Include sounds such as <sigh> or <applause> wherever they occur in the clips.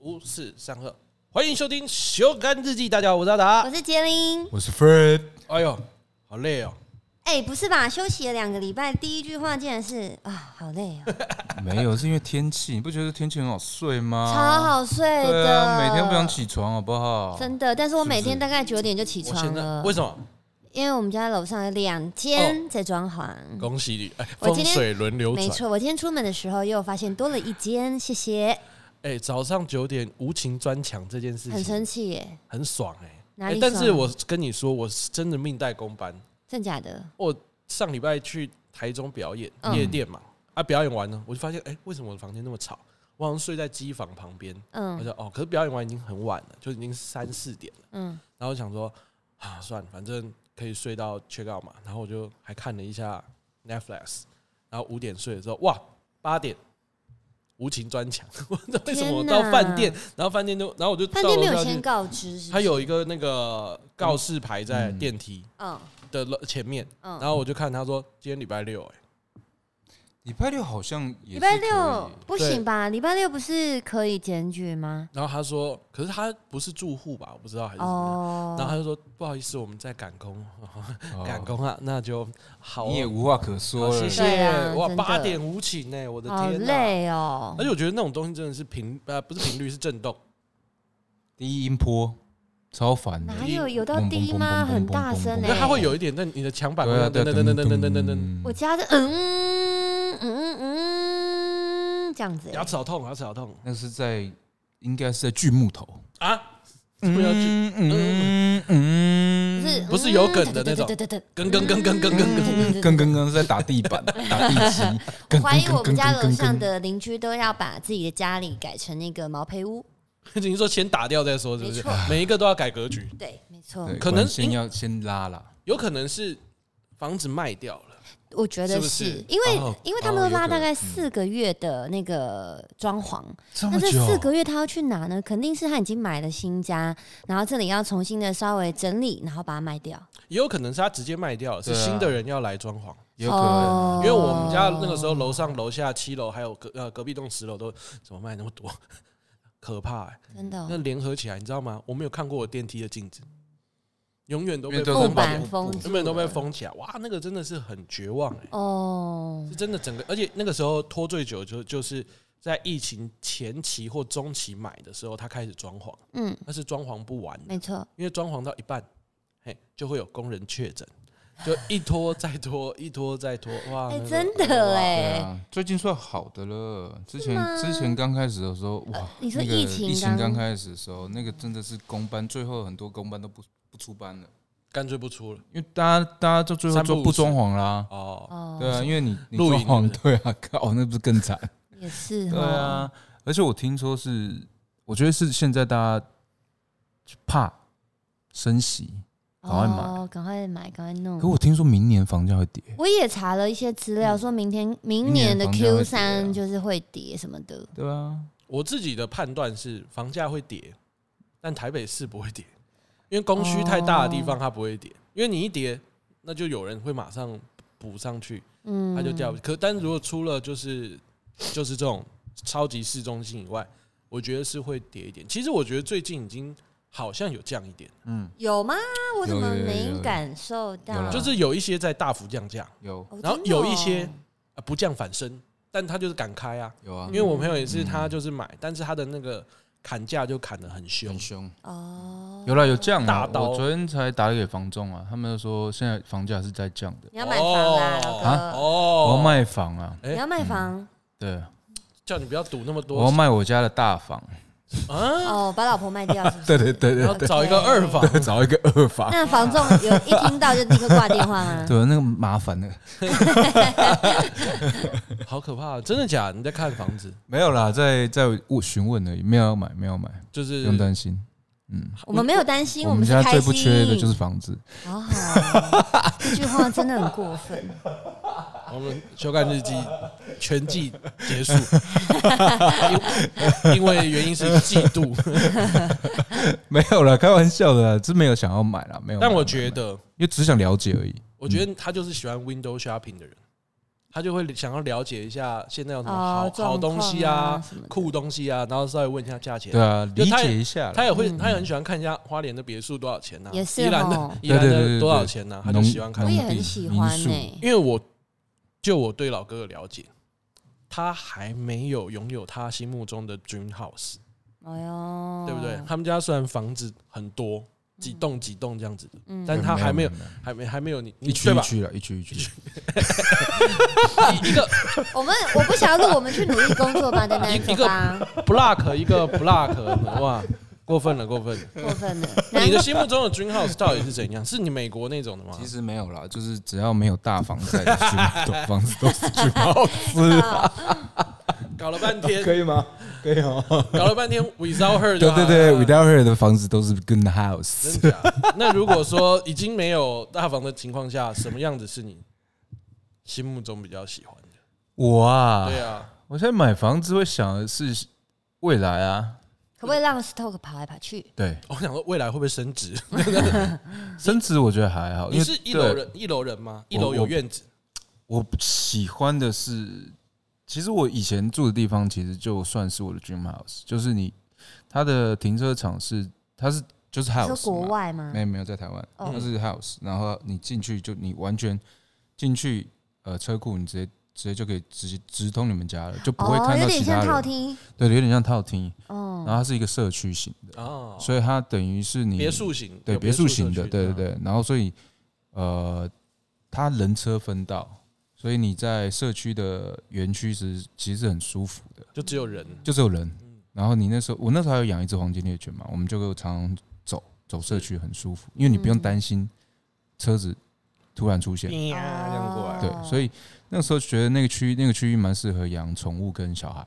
五四三二，欢迎收听《修干日记》。大家好，我是阿达我。是杰林。我是 Fred，哎呦，好累哦！哎、不是吧？休息了两个礼拜，第一句话竟然是啊，好累哦， <laughs> 没有是因为天气，你不觉得天气很好睡啊吗？超好睡的。对啊，每天不想起床好不好？真的，但是我每是天大概九点就起我哦现床在了，为什么？因为我们家楼上有两间在装潢。恭喜你！哎，我风今天水轮流没转。错，我今天出门的时候又发现多了一间，谢谢，哎，早上九点无情砖墙这件事很情生气耶，很爽哎。哪里哎但是爽啊我跟你说，我是真的命带公班。真假的？我哦上礼拜去台中表演嗯夜店嘛，啊，表演完呢，我就发现，哎，为什么我的房间那么吵？我好像睡在机房旁边。我嗯就哦，可是表演完已经很晚了，就已经三四点了。嗯，然后我想说啊，算了，反正可以睡到 check out 嘛。然后我就还看了一下 Netflix，然后五点睡的时候，哇，八点无情砖墙， <laughs> 我不知道为什么我天到哪饭店，然后饭店就，然后我就饭到店没楼有嗯下先去，告知是不它是？有一个那个告示牌在电梯嗯的楼前面，嗯然，后我就看他说今天礼拜六，哎，礼拜六好像礼也是拜可以六不对行吧？礼拜六不是可以检举吗？然后他说，可是他不是住户吧？我不知道还是怎么样。哦，然后他就说：“不好意思，我们在赶工， <laughs> 哦赶工啊，那就好哦、你也无话可说好，了谢。对谢。啊哇，真的八点无情呢、我的好天呐！累哦而。且我觉得那种东西真的是频呃不是频率是震动，第一音波超烦的，哪低有有到嘣低嘣吗？嘣嘣很嘣大嘣声欸嘣因呢、对为它会有一点，那你的墙板会噔噔对啊噔噔噔噔噔噔，我家的嗯嗯嗯嗯这样子、牙齿好痛，牙齿好痛那是在应该是在锯木头，啊！不要去嗯嗯嗯不是嗯不是有梗的那种对对对对嗯跟跟跟跟跟跟跟，对对跟跟跟是在打地板， <laughs> 打地基。我跟怀疑跟我们跟家跟楼跟上跟的邻居都要把自己的家里改成那个毛坯屋。 <laughs> 你说先打掉再说，是不没是错？每一个都要改格局，对，没错对，可能管线要先拉啦。有可能是房子卖掉了，我觉得是不是因为、哦因为他哦们有都拉可大能概嗯四个月的那个装潢，这那么这哦久，四个月他要去哪呢？肯定是他已经买了新家，然后这里要重新的稍微整理，然后把它卖掉。也有可能是他直接卖掉了，是对啊新的人要来装潢。有可能。哦因为我们家那个时候楼上、楼下七楼还有隔呃隔壁栋十楼都怎么卖那么多， <laughs> 可怕、欸！真的哦、那联合起来，你知道吗？我没有看过我电梯的镜子，永远都因被封起木为都是木来板板封木住永远都被了封起来。哇，那个真的是很绝望哎、哦是，真的整个，而且那个时候拖最久就就是在疫情前期或中期买的时候，他开始装潢，嗯，但是装潢不完的，没错，因为装潢到一半，嘿，就会有工人确诊，就一拖再拖， <laughs> 一拖再拖，哇，哎、那个真的哎、对啊，最近算好的了。之前吗呃之前刚开始的时候，哇，你说那个疫疫情刚情刚开始的时候，那个真的是公班，最后很多公班都不不出班了，干脆不出了因为大家大家就最后三不就五不时装潢啦。哦。哦，对啊，因为你你露装营潢对对啊，靠，那不是更惨？也是对哈，啊，而且我听说是，我觉得是现在大家怕升息，赶快买哦，赶快买，赶快弄可。我听说明年房价会跌。我也查了一些资料，说明天明年的明年 Q 房价会跌三啊就是会跌什么的，对啊，我自己的判断是房价会跌，但台北市不会跌，因为供需太大的地方它不会跌，哦因为你一跌，那就有人会马上补上去，嗯，它就掉。可但如果出了就是就是这种超级市中心以外，我觉得是会跌一点。其实我觉得最近已经好像有降一点，嗯，有吗？我怎么有有有没有感受有到？啦就是有一些在大幅降价，有哦，然后真的有哦一些呃不降反升，但它就是敢开啊。有啊因为我朋友也是，他就是买，但是他的那个砍价就砍得很凶很，凶。哦，有啦，有降大啊！刀我昨天才打给房仲啊，他们就说现在房价是在降的，你要买房哦啦，老啊哥，我要哦，卖房啊，哎你要卖房对，叫你不要赌那么我要多卖我家的 <laughs> 大房，啊！哦，把老婆卖掉是不是？ <laughs> 对对对对要找一个二房，对，找一个二 <laughs> 房，那房仲有一听到就立刻挂电话吗？ <laughs> 对，那个麻烦的 <laughs> 好可怕！真的假的？你在看房子，没有啦，在在我询问而已，没有要买，没有要买，就是不用担心。嗯，我们没有担心，我们们家是开最心。不缺的就是房子， <laughs> 哦， <laughs> 这句话真的很过 <laughs> 分。我们修改日记全季结 <laughs> 束，因因为原因是嫉 <laughs> 妒。没有啦，开玩笑的啦，真没有想要买啦，没有买。但我没有觉买得，因为只想了解而已，我觉得他就是喜欢 window shopping 的人，他就会想要了解一下现在有什么好、哦，好东西啊啊、什么的酷东西啊，然后稍微问一下价钱。对啊，就理他也解一下啦。他也会，嗯他也很喜欢看一下花莲的别墅多少钱呐、啊也是宜兰哦的宜兰对对对对的对多少钱呐、啊他就农喜欢看我农。也地很喜欢欸民呢、宿因为我就我对老哥的了解，他还没有拥有他心目中的 dream house，、哎呦，嗯对不对？？他们家虽然房子很多，几栋几栋这样子的，嗯但他还没有没有还没还没有你，你一区对一吧？区了，一区一区。一一 <laughs> 个 <laughs> 我们我不想要录，我们去努力工作吧，丹丹，一走吧， block 一个 block，哇，过分了，过分了！过分 <laughs> 了。你的心目中的 dream house 到底是怎样？是你美国那种的吗？其实没有啦，就是只要没有大房子，房子都是去猫难子，道搞了半天，以吗？ <laughs> 可以哦。搞了半天，without her，对就好对了对，without 啊 her 的房子都是 good house。真假？那如果说已经没有大房的情况下，什么样子是你心目中比较喜欢的？我啊对，啊，我现在买房子会想的是未来啊，可不可以让 Stoke 跑来跑去？对，我想说未来会不会升值？升值我觉得还好，因你为是一对楼人，一楼人吗？一楼我有院子，我喜欢的是，其实我以前住的地方其实就算是我的 dream house，就是你它的停车场是它是就是 house，说嘛国外吗没？有没有在台湾，嗯哦它是 house，然后你进去就你完全进去呃车库，你直接直接就可以直接直通你们家了，就不会哦，看有到点其他啊像套人，厅对，有点像套厅，然哦。后它是一个社区型的，哦，所以它等于是你别墅型，对有别墅型的，社区嗯对对，对。然后所以呃，它人车分道，所以你在社区的园区是其实是很舒服的，就只有人。就只有人。然后你那时候我那时候还有养一只黄金猎犬嘛，我们就常常走走社区很舒服，因为你不用嗯担心车子突然出现。呀这样过来哦对，所以那时候觉得那个区那个区域蛮适合养宠物跟小孩。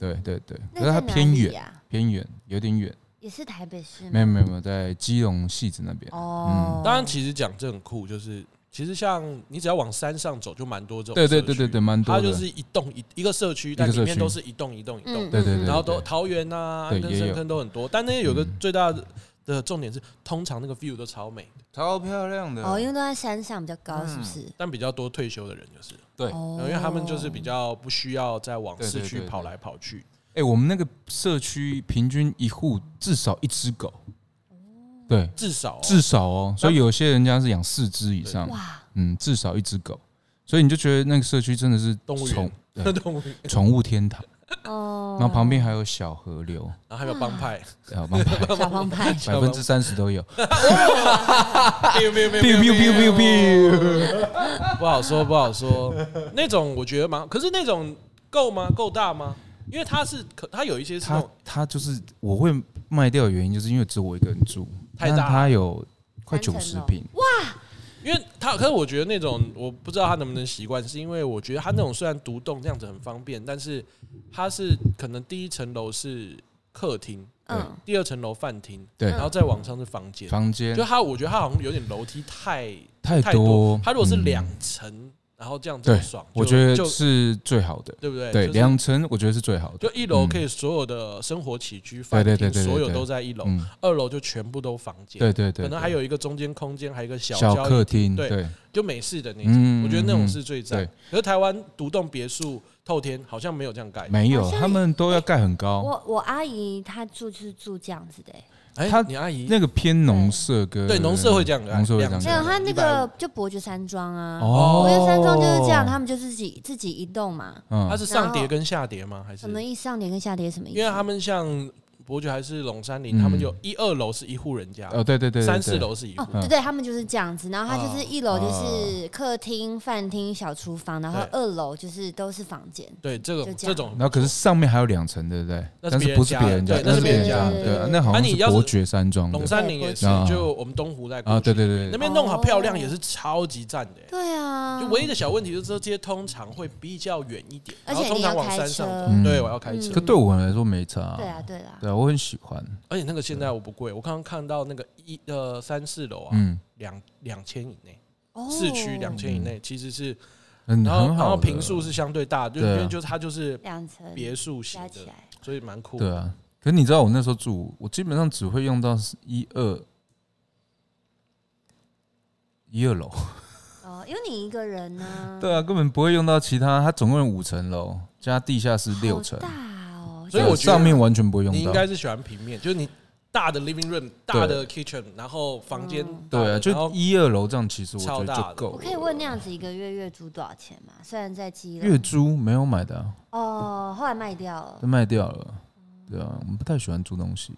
对对对，可嗯那是它在哪偏里远，呀，偏远有点远。也是台北市吗没有没有嗯没有，在基隆戏子那边。嗯哦。当然，其实讲这很酷，就是其实像你只要往山上走，就蛮多这种。对对对对对，，蛮多它的。就是一栋一一个社区，一个但里社面区都是一栋一栋一栋嗯，对对对，然后都对桃园啊、对安坑、也有深坑都很多，但那些有个嗯最大的的重点是，通常那个 view 都超美，超漂亮的啊哦，因为都在山上比较高，是不是？但比较多退休的人就是，对，哦，嗯因为他们就是比较不需要再往对对市对区对跑来跑去。哎，我们那个社区平均一户至少一只狗，对，至少哦至少哦，所以有些人家是养四只以上，哇，嗯，至少一只狗，所以你就觉得那个社区真的是动物园宠对动物园，宠物天堂，哦，然后旁边还有小河 <laughs> 流，然后还有帮派，啊，帮派 <laughs> 小 <laughs> 方派，百分之三十都有没有没有没有没，biu 有 biu biu biu biu，不好说不好说。那种我觉得蛮，可是那种够吗？够大吗？因为它是可，它有一些是那它种它就是我会卖掉的原因，就是因为只有我一个人住，太但大它有快三层九十楼平，因为他，可是我觉得那种我不知道他能不能习惯，是因为我觉得他那种虽然独栋这样子很方便，但是他是可能第一层楼是客厅，嗯，第二层楼饭厅，对然后再往上是房间。房间就他，我觉得他好像有点楼梯太太太多，他如果是嗯两层，然后这样子对很爽，我就觉得就是最好的。对不对？对，就是两层我觉得是最好的。就一楼嗯可以所有的生活起居、对饭对对厅，对对所有对都在一楼，嗯，二楼就全部都房间。对对对，可能还对有一个中间空间，还有一个小小交易客厅，对对，就美式的那种，嗯我觉得那种是最嗯赞嗯。可是台湾独栋别墅透天好像没有这样盖，没好有，像他们都要盖很高，我我阿姨她住就是住这样子的欸，嗯哎，他你阿姨那个偏农舍跟对农舍会这样盖，农舍会这样两盖没有层她那150个就伯爵山庄啊，哦伯爵山庄就是这样，他们就自己自己一栋嘛。嗯啊它是上叠跟下叠吗？还是什么意思？上叠跟下叠什么意思？因为他们像伯爵还是龙山嗯林，他们有一二楼是一户人家，哦，对对对，对三四，对楼是一哦户，，嗯对对，他们就是这样子，然后他就是哦一楼就是客厅、饭厅、小厨房，然后对二楼就是都是房间。对这就种这样这种然。后可是上面还有两层，对不对？那是但别是人不是家别的人家，对那那是是别别人人家家的，的对，啊对那好啊像你是要是伯爵山庄的龙山林也是对啊，就我们东湖在过啊，去对对对那对，边弄好漂亮也是超级赞的欸。对啊，就唯一的小问题就是这些通常会比较远一点，而然且后通常你要往开山上车走。嗯对，我要开嗯车。可对我来说没差，对啊，，对啦，对啊，我很喜欢，而且那个现在我不贵，我刚刚看到那个一呃三四楼啊，嗯，两两千以内，哦市区两千以内其实是，很然后嗯很然好后的，平数是相对大，就对啊因为就是它就是哦两层别墅型加起的，来，所以蛮酷。对，啊，可是你知道我那时候住，我基本上只嗯会用到是一二一二楼，哦，因为你一个人呢、对啊，根本不会用到其他。它总共有五层楼，加地下室六层好，大哦，所以对我觉得上面完全不会你用应到。该是喜欢平面，就是你大的 living room、大的 kitchen，然后房间嗯大的对啊，然就后一二楼这样，其实我觉超得大就的够我了可。以问那样子一个月月租多少钱吗？虽然在基隆月租没有买的、啊，哦，后来卖掉了都。卖掉了。对啊，我们不太喜欢租东西。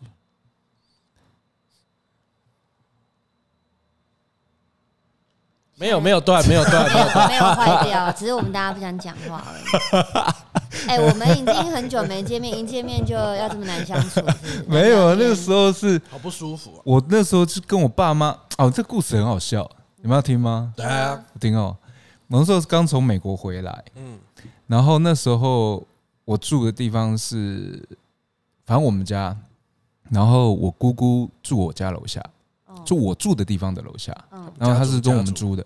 没有没有断，没有断， <laughs> 没有断。没有坏掉，只是我们大家不想讲话而已。哎、我们已经很久没见面，一见面就要这么难相处，是不是没有，啊，那个时候是好不舒服、啊。我那时候是跟我爸妈哦，这故事很好笑，你们要听吗？对啊，听哦，我那时候是刚从美国回来，嗯，然后那时候我住的地方是，反正我们家，然后我姑姑住我家楼下，哦住我住的地方的楼下，嗯然后她是跟我们租的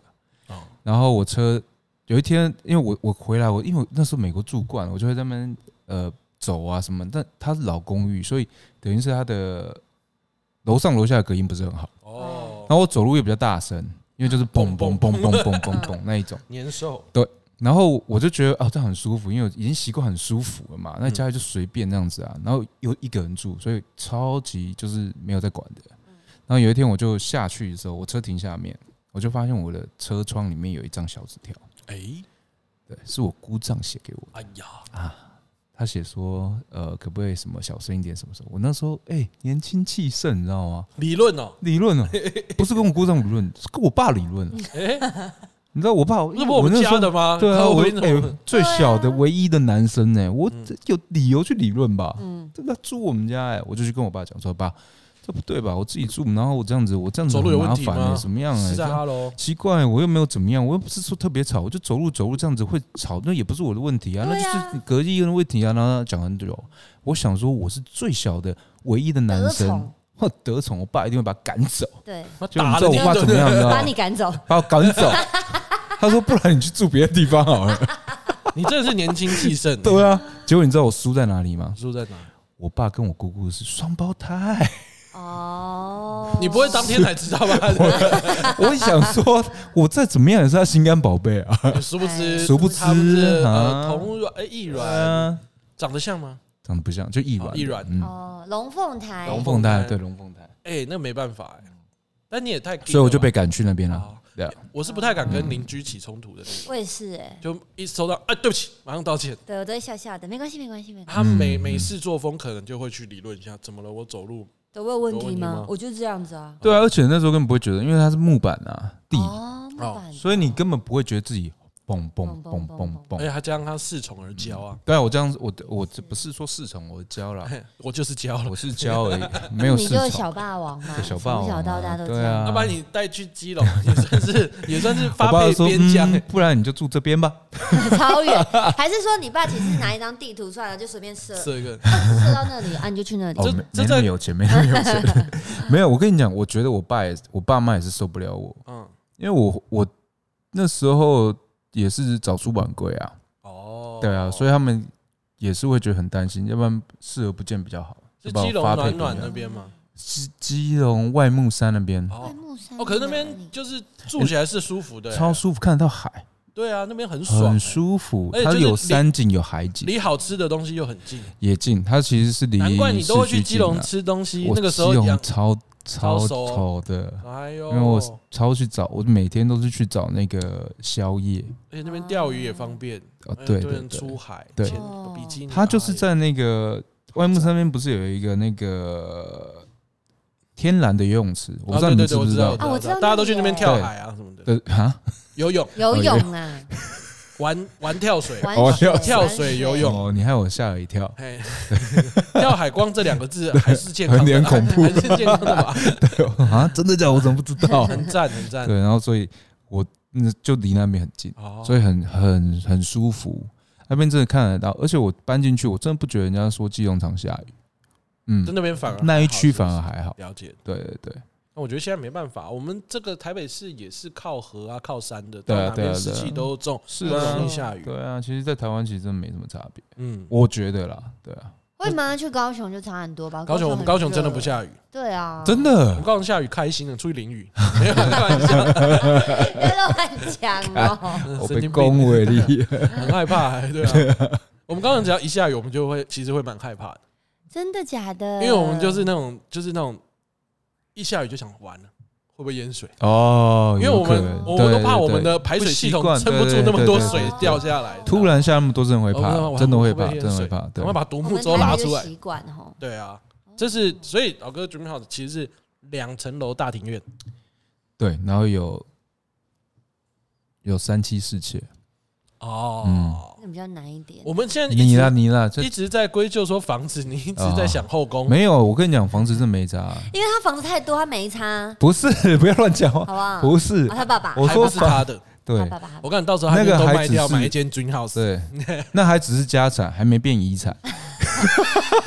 哦，然后我车有一天，因为我我回来，我因为我那时候美国住惯了，我就会在那边呃走啊什么，但她是老公寓，所以等于是她的楼上楼下的隔音不是很好，哦然，后我走路也比较大声，因为就是嘣嘣嘣嘣嘣嘣嘣那一种。年兽，然后我就觉得啊，这样很舒服，因为我已经习惯很舒服了嗯嘛。那家里就随便那样子啊，然后又一个人住，所以超级就是没有在管的。嗯然后有一天我就下去的时候，我车停下面，我就发现我的车窗里面有一张小纸条，哎、对，是我姑丈写给我的。哎呀，他写说，呃，可不可以什么小声一点什么什么？我那时候哎、年轻气盛，你知道吗？理论哦，理论哦，不是跟我姑丈理论，是跟我爸理论。啊哎、你知道我爸，那因为不我那们时候家的吗？对啊，靠我边 <laughs> 哎、最小的唯一的男生呢、我嗯这有理由去理论吧？嗯，真的住我们家哎、我就去跟我爸讲说，爸，这不对吧？我自己住，然后我这样子，我这样子走路很有麻问题烦吗哎、怎么样哎、是啊这在样哈喽，奇怪、我又没有怎么样，我又不是说特别吵，我就走路走路这样子会吵，那也不是我的问题啊，那对啊就是隔壁人的问题啊。然后他讲很久，我想说我是最小的唯一的男得生宠，或 <laughs> 得宠，我爸一定会把他赶走。对，妈就你打知道了我你爸对怎不对么样？你知道把吗？你赶走。把我赶走。 <laughs> 他说：“不然你去住别的地方好了。”你真的是年轻气盛、 <laughs> 对啊，结果你知道我输在哪里吗？输在哪？我爸跟我姑姑是双胞胎， <laughs> 哦，你不会当天才知道吧？ <laughs> 我想说，我再怎么样也是他心肝宝贝啊。殊不知，殊不知他们是呃啊同卵哎异对卵，啊，长得像吗？长得不像，就一哦软一软嗯，哦，龙凤台，龙龙凤凤胎胎，对龙凤胎，哎、那没办法哎、但你也太，所以我就被赶去那边了哦。对啊，我是不太敢跟邻居起冲突的那种，我也是哎，就一收到哎、对不起，马上道歉。对我都会笑笑的，没关系，没关系，没关系。他嗯每每次作风可能就会去理论一下，怎么了？我走路都我有问有问题题吗吗？我就是这样子啊。对啊，而且那时候根本不会觉得，因为它是木板啊地，哦，木板，所以你根本不会觉得自己蹦蹦蹦蹦而且蹦。哎他加上他恃宠而骄啊，哎对啊，我这样子，我我这不是说恃宠而骄啦，我就是骄了。嗯我 <laughs> 是骄而已，没有你就是恃宠。小霸王嘛，对小霸王啊从小到大都这对啊样。要把你带去基隆，也算是也算是我发爸配说：“边疆、欸嗯，不然你就住这边吧。” <laughs> 超远，还是说你爸其实拿一张地图算了，就随便射哎设一个。射到那里啊，你就去那里这哦，没这没那在么有钱，没那么有钱， <laughs> <laughs> 没有。我跟你讲，我觉得我爸也，我爸妈也是受不了我，嗯，因为我我那时候也是早出晚归啊，哦，对啊，所以他们也是会觉得很担心，要不然视而不见比较好。是要不然基隆发配暖给暖你啊那边吗？基基隆外木山那边外哦木山哦，可是那哪里边就是住起来是舒服的、超舒服，看得到海，对啊，那边啊很爽、很舒服而且。就它是有离山景，有海景，离好吃的东西又很近，也近。它其实是离难怪你都会市去区基隆近啊吃东西。我那个时候基一样隆，超超超熟哦丑的。哎呦，因为我超去找，我每天都是去找那个宵夜。而且那边钓鱼也方便，哦哎，对很多对人对出，海，对潜哦比基尼，他就是然后在那个外木山边，不是有一个那个天然的游泳池？我不知道啊你对们对知对，不我道知道？啊我知道大家都那里去那边耶跳海啊什么的，对啊，游泳、游泳啦，玩玩跳水，玩哦水跳跳水游泳哦，你害我吓了一跳，嘿， <laughs> 跳海光这两个字还是健康有的，点 <laughs> 恐怖还是健康的吧？啊！真的假的？我怎么不知道？ <laughs> 很赞，很赞。对，然后所以我嗯就离那边很近，哦，所以很很很舒服。那边真的看得到，而且我搬进去，我真的不觉得人家说基隆常下雨，在嗯，那边反而那一区还反好而还好。是不是了解。对对对，那我觉得现在没办法，我们这个台北市也是靠河啊、靠山的，到对啊哪对啊边湿对啊气都重，是不啊容易下雨。对啊，其实，在台湾其实真的没什么差别，嗯，我觉得啦，对啊，会吗？去高雄就差很多吧。高雄我们很高雄真的热不。下雨，<laughs> 对啊，我真的们。高雄下雨开心的，出去淋 <laughs> 雨，没有啦开 <laughs> 玩笑，不要乱讲 <laughs> 哦。真的我神被经恭病，维 <laughs> 你，很害怕，对啊。我们高雄只要一下雨，我们就会其实会蛮害怕的，真的假的？因为我们就是那种就是那种一下雨就想完了，会不会淹水？哦，因为我有可们能我们都对怕我对们的对排水系统不习撑惯不住那么多对对对水对对掉下来，突然下那么多，真的会哦那我怕，还真的会会怕，不会真的淹会水怕。赶对快，把独我木们舟台拉北出就来。习惯哦吼。对啊，这是所以老哥 dream house 其实是两层楼大庭院，对，然后有有三妻四妾，哦，嗯那比较难一点。我们现在一你啦直你啦，这哦一直在归咎说房子，你一直在想后宫，没有。我跟你讲，房子真没渣，啊因为他房子太多，他没差，不是， <laughs> 不要乱讲话，哦好不好？不是啊，，他爸爸，我还说不是他的。他对爸爸，他爸我看你到时候还没有那都个还卖掉，只是买一间 dream house。对，那还只是家产，还没变遗产。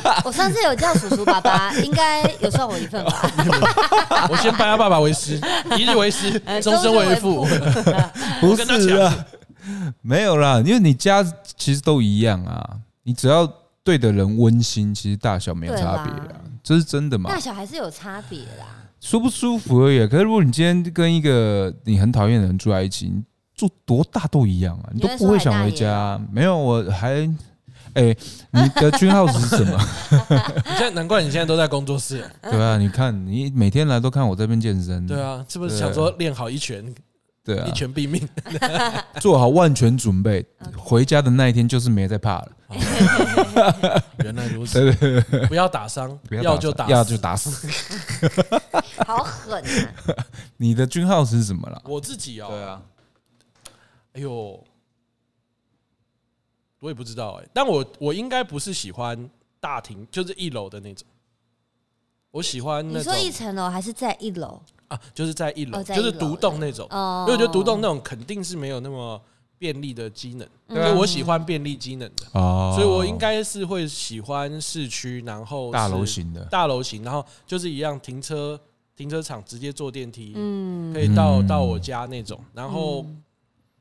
爸 <laughs> 我上次有叫叔叔 <laughs> 爸爸，应该有算我一份吧？我先拜他爸爸为师，一日为 <laughs> 师，哎终身为父终。不跟他是啊，没有啦，因为你家其实都一样啊，你只要对的人温馨，其实大小没有对差啦别啊，这是真的嘛大？小还是有差别啦。舒不舒服而已啊。可是如果你今天跟一个你很讨厌的人住在一起，你住多大都一样啊，你都不会想回家啊、没有，我还，哎、你的君号是什么？ <laughs> 你现在难怪你现在都在工作室，对啊，你看你每天来都看我这边健身，对啊，是不是想说练好一拳，对啊一，拳毙 <laughs> 命？做好万全准备，回家的那一天就是没再怕了。原来如此，不要打伤，不要要打就打，要就。打死。好狠啊！你的君号是什么啦？我自己哦，对啊，哎呦，我也不知道哎、但我我应该不是喜欢大厅，就是一楼的那种。我喜欢嗯那你种说一层楼还是在一楼？啊，就是在一楼，哦在一就楼是独栋那种，哦因嗯为我觉得独栋那种肯定是没有那么便利的机能，因为我喜欢便利机能的，啊哦，所以我应该是会喜欢市区，然后是大楼型的，大楼型，然后就是一样停车停车场直接坐电梯，嗯可以到嗯到我家那种，然后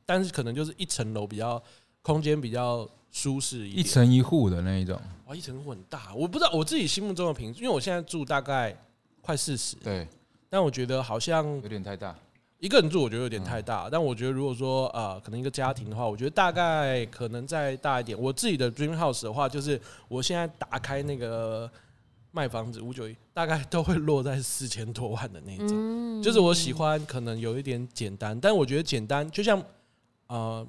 但是可能就是一层楼比较空间比较舒适一一点。层一户的那一种。哇，一层户很大，我不知道我自己心目中的平均，因为我现在住大概快四十，对，但我觉得好像有点太大。一个人住我觉得有点太嗯大，但我觉得如果说呃，可能一个家庭的话，我觉得大概可能再大一点。我自己的 dream house 的话，就是我现在打开那个卖房子五九一，大概都会落在四千多万的那种。嗯就是我喜欢可能有一点简单，但我觉得简单就像呃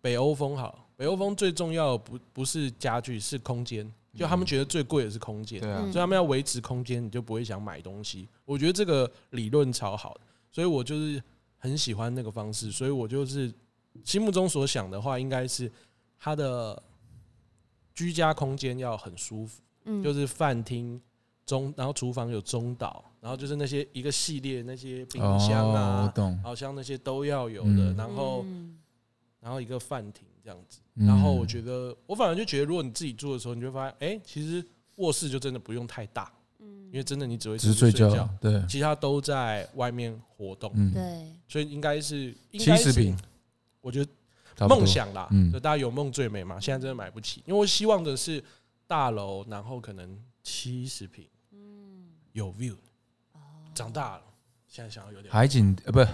北欧风好，北欧风最重要的不不是家具是空间，就他们觉得最贵的是空间，对啊嗯所以他们要维持空间，你就不会想买东西。我觉得这个理论超好的，所以我就是很喜欢那个方式，所以我就是心目中所想的话，应该是它的居家空间要很舒服。嗯就是饭厅中，然后厨房有中岛，然后就是那些一个系列那些冰箱哦，我啊，懂。好像那些都要有的，嗯然后嗯然后一个饭厅这样子，嗯然后我觉得我反而就觉得，如果你自己住的时候，你就会发现，哎，其实卧室就真的不用太大，嗯因为真的你只会只是睡睡觉，对，其他都在外面活动，嗯，对，所以应该是应七该十是平，我觉得差不多梦。想啦，嗯就大家有梦最美嘛。现在真的买不起，因为我希望的是大楼，然后可能七十平，嗯有 view。长哦大了，现在想要有点海景呃，不， <laughs>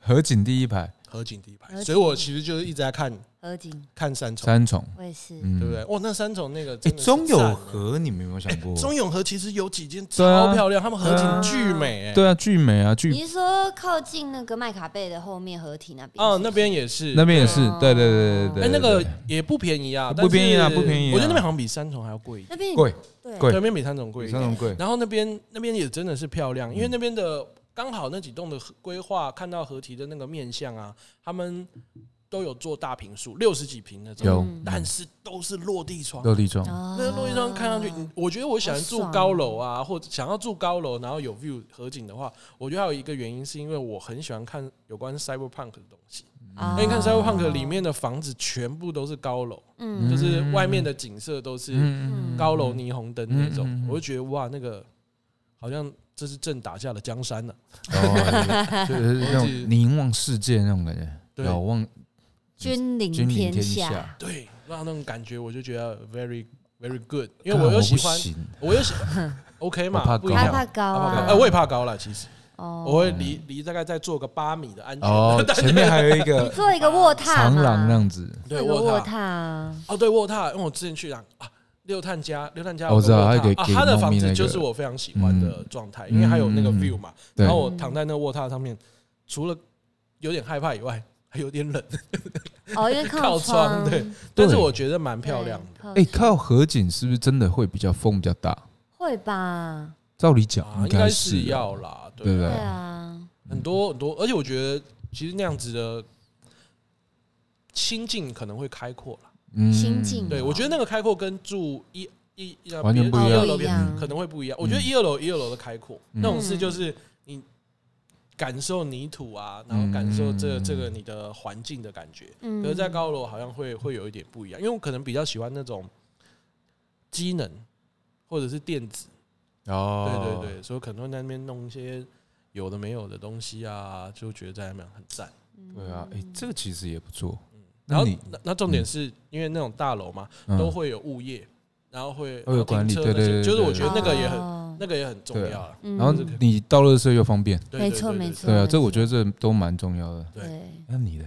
河景第一排河景第一排，景所以我其实就是一直在看河景看三重，三重，我也是。嗯，对不对？？哇，那三重那个哎真，的是中赞友啊河，你们有没有想过？中永和其实有几间对啊超漂亮，他们河景对啊巨美哎。对啊，巨美啊，巨你是说靠近那个麦卡贝的后面合体那边？啊，那边也是那。边也是，对对对对对哎，对，那个也不便宜啊，不便宜啊但是不便宜啊我觉得那边好像比三重还要贵一点，那边贵对贵对，那边比三重贵比一点三。重贵，嗯然后那边那边也真的是漂亮，因为那边的刚好那几栋的规划，看到合体的那个面相啊，他们都有做大平数，六十几平那种，有嗯但是都是落地窗。落地窗，哦那落地窗看上去，你我觉得我喜欢住高楼啊，或者想要住高楼，然后有 view 河景的话，我觉得还有一个原因是因为我很喜欢看有关 cyberpunk 的东西。哦啊那你看 cyberpunk 里面的房子全部都是高楼，嗯就是外面的景色都是嗯高楼霓虹灯那种，嗯嗯嗯嗯我就觉得哇，那个好像这是正打下了江山呢、哦，就是 <laughs> 那种凝望世界那种感觉，对遥望君临君临天下，下，对，那那种感觉，我就觉得 very very good，因为我又喜欢，干我不行我 <laughs> 又喜 OK 嘛，我怕不一高他样。怕高啊怕啊高，哎，我也怕高了，其实哦，我会离离大概再做个八米的安全。 <laughs> 哦，前面还有一呃你个做一个卧榻长嘛，廊那样子，对，做一我个有卧踏榻啊，哦，对，沃塔，因为我之前去啊啊，六探家，六探家哦我知道有个沃他给塔啊给他的猫房咪子那就个是我非常喜欢的嗯状态，因为还有那个嗯嗯嗯 view 嘛，对然后我躺在那个卧榻上面，除了有点害怕以外，还有 <laughs> 点冷， <laughs> 哦，因为靠窗窗，对，但是我觉得蛮漂亮的哎，靠河景是不是真的会比较风比较大？会吧？照理的讲啊，应该该是是啊要啦，对不对，对对啊，很多很多，而且我觉得其实那样子的心境可能会开阔啦，嗯心境对我觉得那个开阔跟住一一一完全别不一一样二哦楼不别一样可，能会不一样。我觉得一二楼一二楼的开阔，嗯那种事就是你感受泥土啊，然后感受嗯这这个你的环境的感觉。嗯可是，在高楼好像会会有一点不一样，因为我可能比较喜欢那种机能或者是电子，哦对，对对，所以可能会在那边弄一些有的没有的东西啊，就觉得在那边很赞。对啊，嗯哎，这个其实也不错。然那后你那那重点是因为那种大楼嘛，嗯都会有物业，然后会会有管理停车那些对对对就是我对啊觉得那个也很很，那个也很重要啊了。哦嗯然后你到垃圾又方便，对没对错对对没对错对啊，这我觉得这都蛮重要的。对对。那你的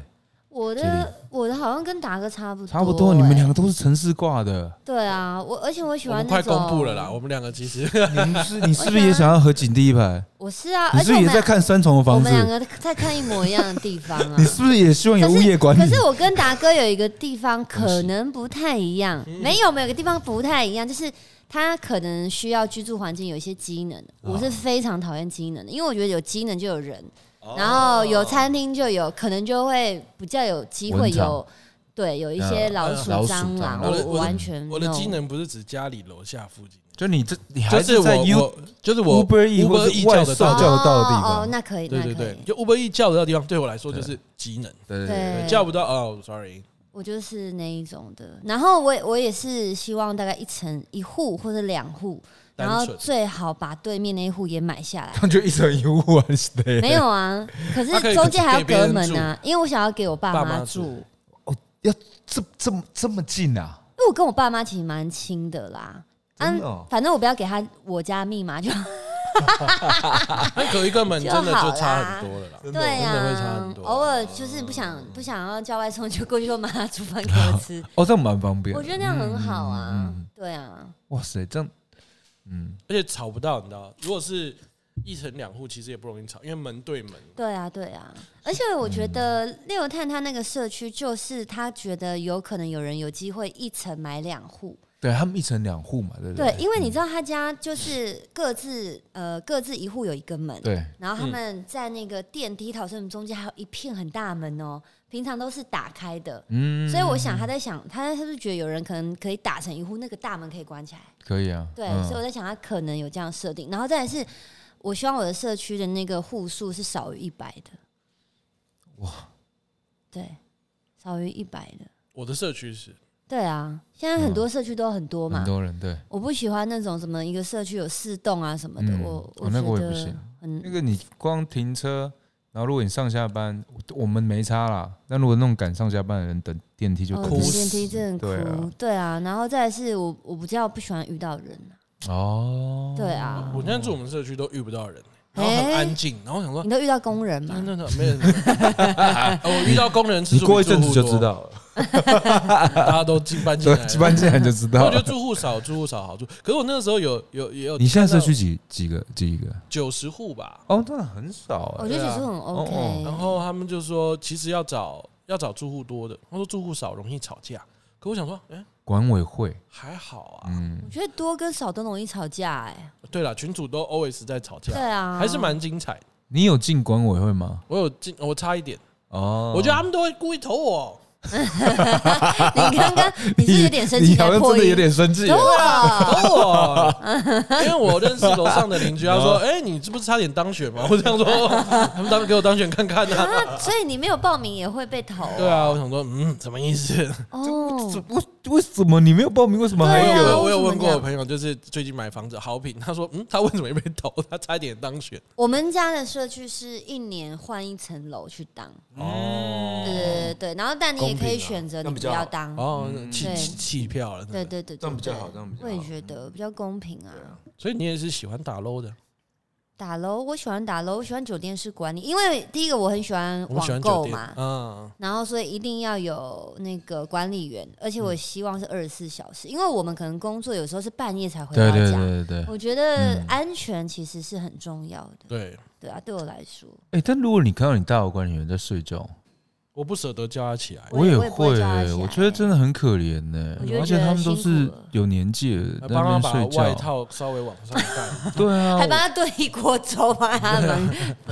我的我的好像跟达哥差不多、欸差不多，你们两个个都是城市挂的， <laughs> 对啊，我而且我喜我欢们那快种公布了啦，我们两个其实你是你是不是也想要河景第一排？我是啊，<laughs> 你而且是不我是也们在看三重的我房们两子？个在看一模一样的地方啊 <laughs> 你。是不是也希望有物业管可理？是我跟达哥有一个地方可能不太一样，嗯没有没有个地方不太一样，就是他可能需要居住环境有一些机能，哦我是非常讨厌机能的，因为我觉得有机能就有人， <laughs> 哦然后有餐厅就有，可能就会比较有机会蚊帐有对有一些嗯老呃鼠、啊老鼠蟑螂，蟑螂我的我我的完全哦我的 no 机能不是指家里楼下附近，就你这你还就是是在 U 我我就是我 Uber E 或 Uber 者 E 外叫得送到叫的，得到的地哦哦，方。那可以，对对那可对以，就 Uber E 叫得到的地方，对我来说就是机能，对对叫不到哦，sorry，我就是那一种的。然后我也我也是希望大概一层一户或者两户，然后单纯最好把对面那一户也买下 <laughs> 来。他就一层一户啊，是的。没有啊，可是他可以中间还要给别人隔门啊，因为我想要给我爸爸妈妈住，住 <laughs> 因要这这么这么近啊？为我跟我爸妈其实蛮亲的啦。啊真的哦反正我不要给他我家密码就那隔一个门就真的就好啦差很多了啦。真的对呀、真的会差很多嗯偶尔就是不想不想要叫外送，就过去说妈煮饭 <laughs> 给我吃，哦，这样蛮方便我的。觉得那样很好啊。嗯嗯嗯对啊，哇塞，这样，嗯，而且吵不到，你知道，如果是一层两户，其实也不容易吵，因为门对门。对啊，对啊，而且我觉得嗯六探他那个社区，就是他觉得有可能有人有机会一层买两户，对他们一层两户嘛，对不嗯对，因为你知道他家就是各自呃各自一户有一个门，对，然后他们在那个电梯逃生门中间还有一片很大的门哦，平常都是打开的，嗯，所以我想他在想，他是不是觉得有人可能可以打成一户，那个大门可以关起来？可以啊，对，嗯所以我在想，他可能有这样设定，然后再来是，我希望我的社区的那个户数是少于一百的。哇，对，少于一百的。我的社区是，对啊，现在很多社区都很多嘛嗯很，多人对我不喜欢那种什么一个社区有四栋啊什么的，嗯我哦我那个觉我也不得行很哦那个你光停车，然后如果你上下班，我们没差啦。但如果那种赶上下班的人等电梯就哦哭等死电梯真的对啊很哭，对啊，然后再来是我我比较不喜欢遇到人啊，哦，对啊我，现在住我们社区都遇不到人，然后很哎安静，然后我想说哦你，都遇到工人嘛真？的没 <laughs> 人，我遇到工人次你数过一比住阵子户就多知，道了，大家都进搬进对来，了一。般进来就知我道觉得了。住户少，住户少好住。可是我那个时候有有也有，你现在社区几几个几个？九十户吧，哦，真的很少我哎。觉对得其啊实很哦 OK，哦然后他们就说其实要找要找住户多的，他说住户少容易吵架。可我想说，哎、管委会，还好啊。嗯我，觉得多跟少都容易吵架哎，对了，群主都 always 在吵对架，啊，还是蛮精彩的。你有进管委会吗？我有进，我差一点，哦，我觉得他们都会故意投我。你刚刚你是不是有点生气，你好在像破真的有音。点生气等。啊我，投我，因为我认识楼上的邻居，他 <laughs> 说：“哎、你这不是差点当选吗？”我这样说，他们当给我当选看看呢、 <laughs> 啊。啊，所以你没有报名也会被投对啊，我想说，嗯，什么意思？哦，怎为为什么你没有报名？为什么还对啊我有有？我有问过为什么这样我朋友，就是最近买房子好评，他说，嗯，他为什么也被投？他差一点当选。我们家的社区是一年换一层楼去当，哦嗯对对对对，然后但你也也可以选择这样你不比较要好当。哦，嗯弃对弃弃票了，对对不对。对对，这样比较好，对这样比较我好。也觉得比较公平啊对。啊，所以你也是喜欢打 low 的，打楼，我喜欢打楼，我喜欢酒店式管理，因为第一个我很喜欢我们喜欢酒网购店嘛，，嗯，然后所以一定要有那个管理员，而且我希望是二十四小时，因为我们可能工作有时候是半夜才回到对家。对对对对。我觉得嗯安全其实是很重要的，对，对啊，对我来说，哎、但如果你看到你大楼管理员在睡觉，我不舍得叫他起来，我也也我也不会会、叫他起我来觉得真的很可怜呢、我就而且觉得他们都辛是苦了有年纪了，还哎在帮他那边把睡外觉，套稍微往上盖， <laughs> 对 <laughs> 啊，还帮他炖一锅粥放在他们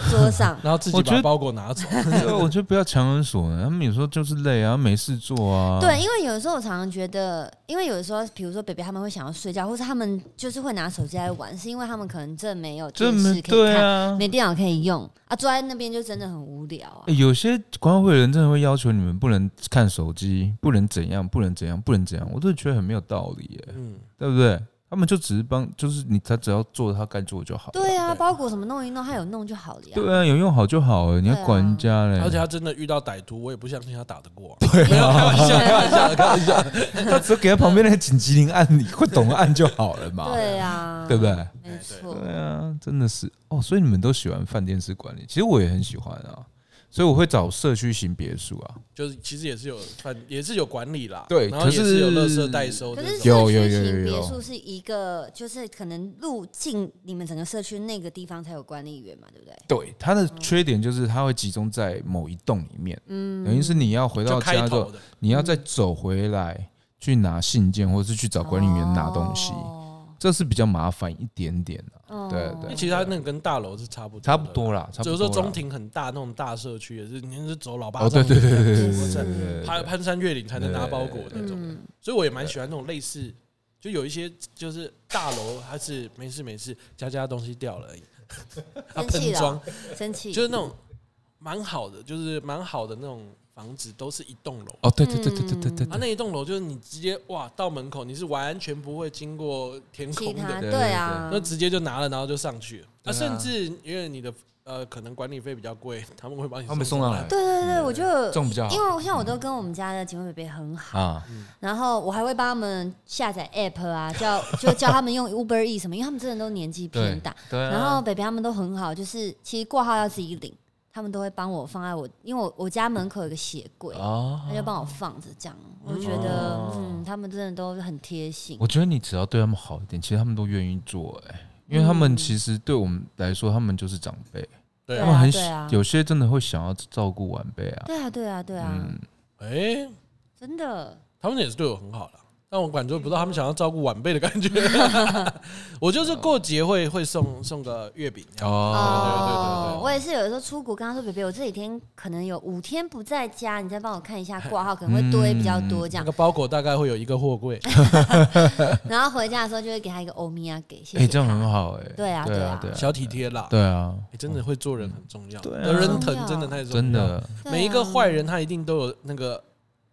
桌上。 <laughs> 然后自己我觉把得包裹拿走。对啊，我觉得不要强人所难，他们有时候就是累啊，没事做啊。对，因为有时候我常常觉得，因为有的时候，比如说 baby 他们会想要睡觉，或是他们就是会拿手机来玩，是因为他们可能真的没有这电没视可以对看，啊、没电脑可以用啊，坐在那边就真的很无聊啊。欸有些管委会的人真的会要求你们不能看手机，不能怎样，不能怎样，不能怎样，我都觉得很没有道理耶，嗯，对不对？他们就只是帮，就是你他只要做他该做就好了。对啊，对包裹什么弄一弄，他有弄就好了呀。对啊，有用好就好了，你要对啊管人家嘞。而且他真的遇到歹徒，我也不相信他打得过啊。没有开玩笑，开啊 <laughs> 玩笑，开玩笑。 <laughs> 他只要给他旁边那个紧急铃按，你会懂得按就好了嘛，对啊，对不？对？没错，对啊，真的是哦，所以你们都喜欢饭店式管理，其实我也很喜欢啊，所以我会找社区型别墅啊。就是其实也是有反，也是有管理啦，对然后也是有可垃是圾代收可这是种，有社区有有型有别有墅是一个，就是可能入境你们整个社区那个地方才有管理员嘛，对不对？对，它的缺点就是它会集中在某一栋里面，嗯，等于是你要回就到开家之头后，的，你要再走回来去拿信件，或是去找管理员拿东西，哦这是比较麻烦一点点的、哦对因对为其实它那个跟大楼是差不多的差不。多啦，差只不多哦是啦。说中庭很大那种大社区也是，你是走老八哦，对丈路对对对对走对过对山对对对攀对，攀山越岭才能拿包裹那种。嗯，所以我也蛮喜欢那种类似，就有一些就是大楼还是没事没事，家家东西掉了而已，啊生气喷了装，生气，就是那种蛮好的，就是蛮好的那种房子，都是一栋楼。哦，对对对对对对对嗯啊，对，那一栋楼就是你直接哇到门口，你是完全不会经过天其空他的，对对啊， <laughs> 那直接就拿了，然后就上去了。啊，对啊甚至因为你的呃可能管理费比较贵，他们会帮你他们送上上来对对对，我就这种比较好因为我像我都跟我们家的警卫伯伯很好，啊，然后我还会帮他们下载 app 啊，叫就教他们用 Uber E 什么，因为他们真的都年纪偏大。对啊，然后北北他们都很好，就是其实挂号要自己领，他们都会帮我放在我，因为我我家门口有个鞋柜，哦啊，他就帮我放着这样。我觉得嗯，他们真的都很贴心。我觉得你只要对他们好一点，其实他们都愿意做、欸，因为他们其实对我们来说，他们就是长辈，对对他们啊，很对啊，有些真的会想要照顾晚辈啊，对啊，对啊，对啊，嗯，哎、真的。他们也是对我很好了，但我感觉不到他们想要照顾晚辈的感 <laughs> 觉。我就是过节会会送送个月饼，哦，我也是有时候出国，跟他说：“北北，我这几天可能有五天不在家，你再帮我看一下挂号，可能会堆比较多这那样。个包裹大概会有一个货柜。嗯 <laughs> 然后回家的时候就会给他一个欧米亚给，谢哎、<laughs> 谢这样他很好、欸，哎，对啊对对对啊啊，小体贴啦，对啊，欸真的会做人很重要，对啊得人疼真的太重要。真，的，对啊每一个坏人他一定都有那个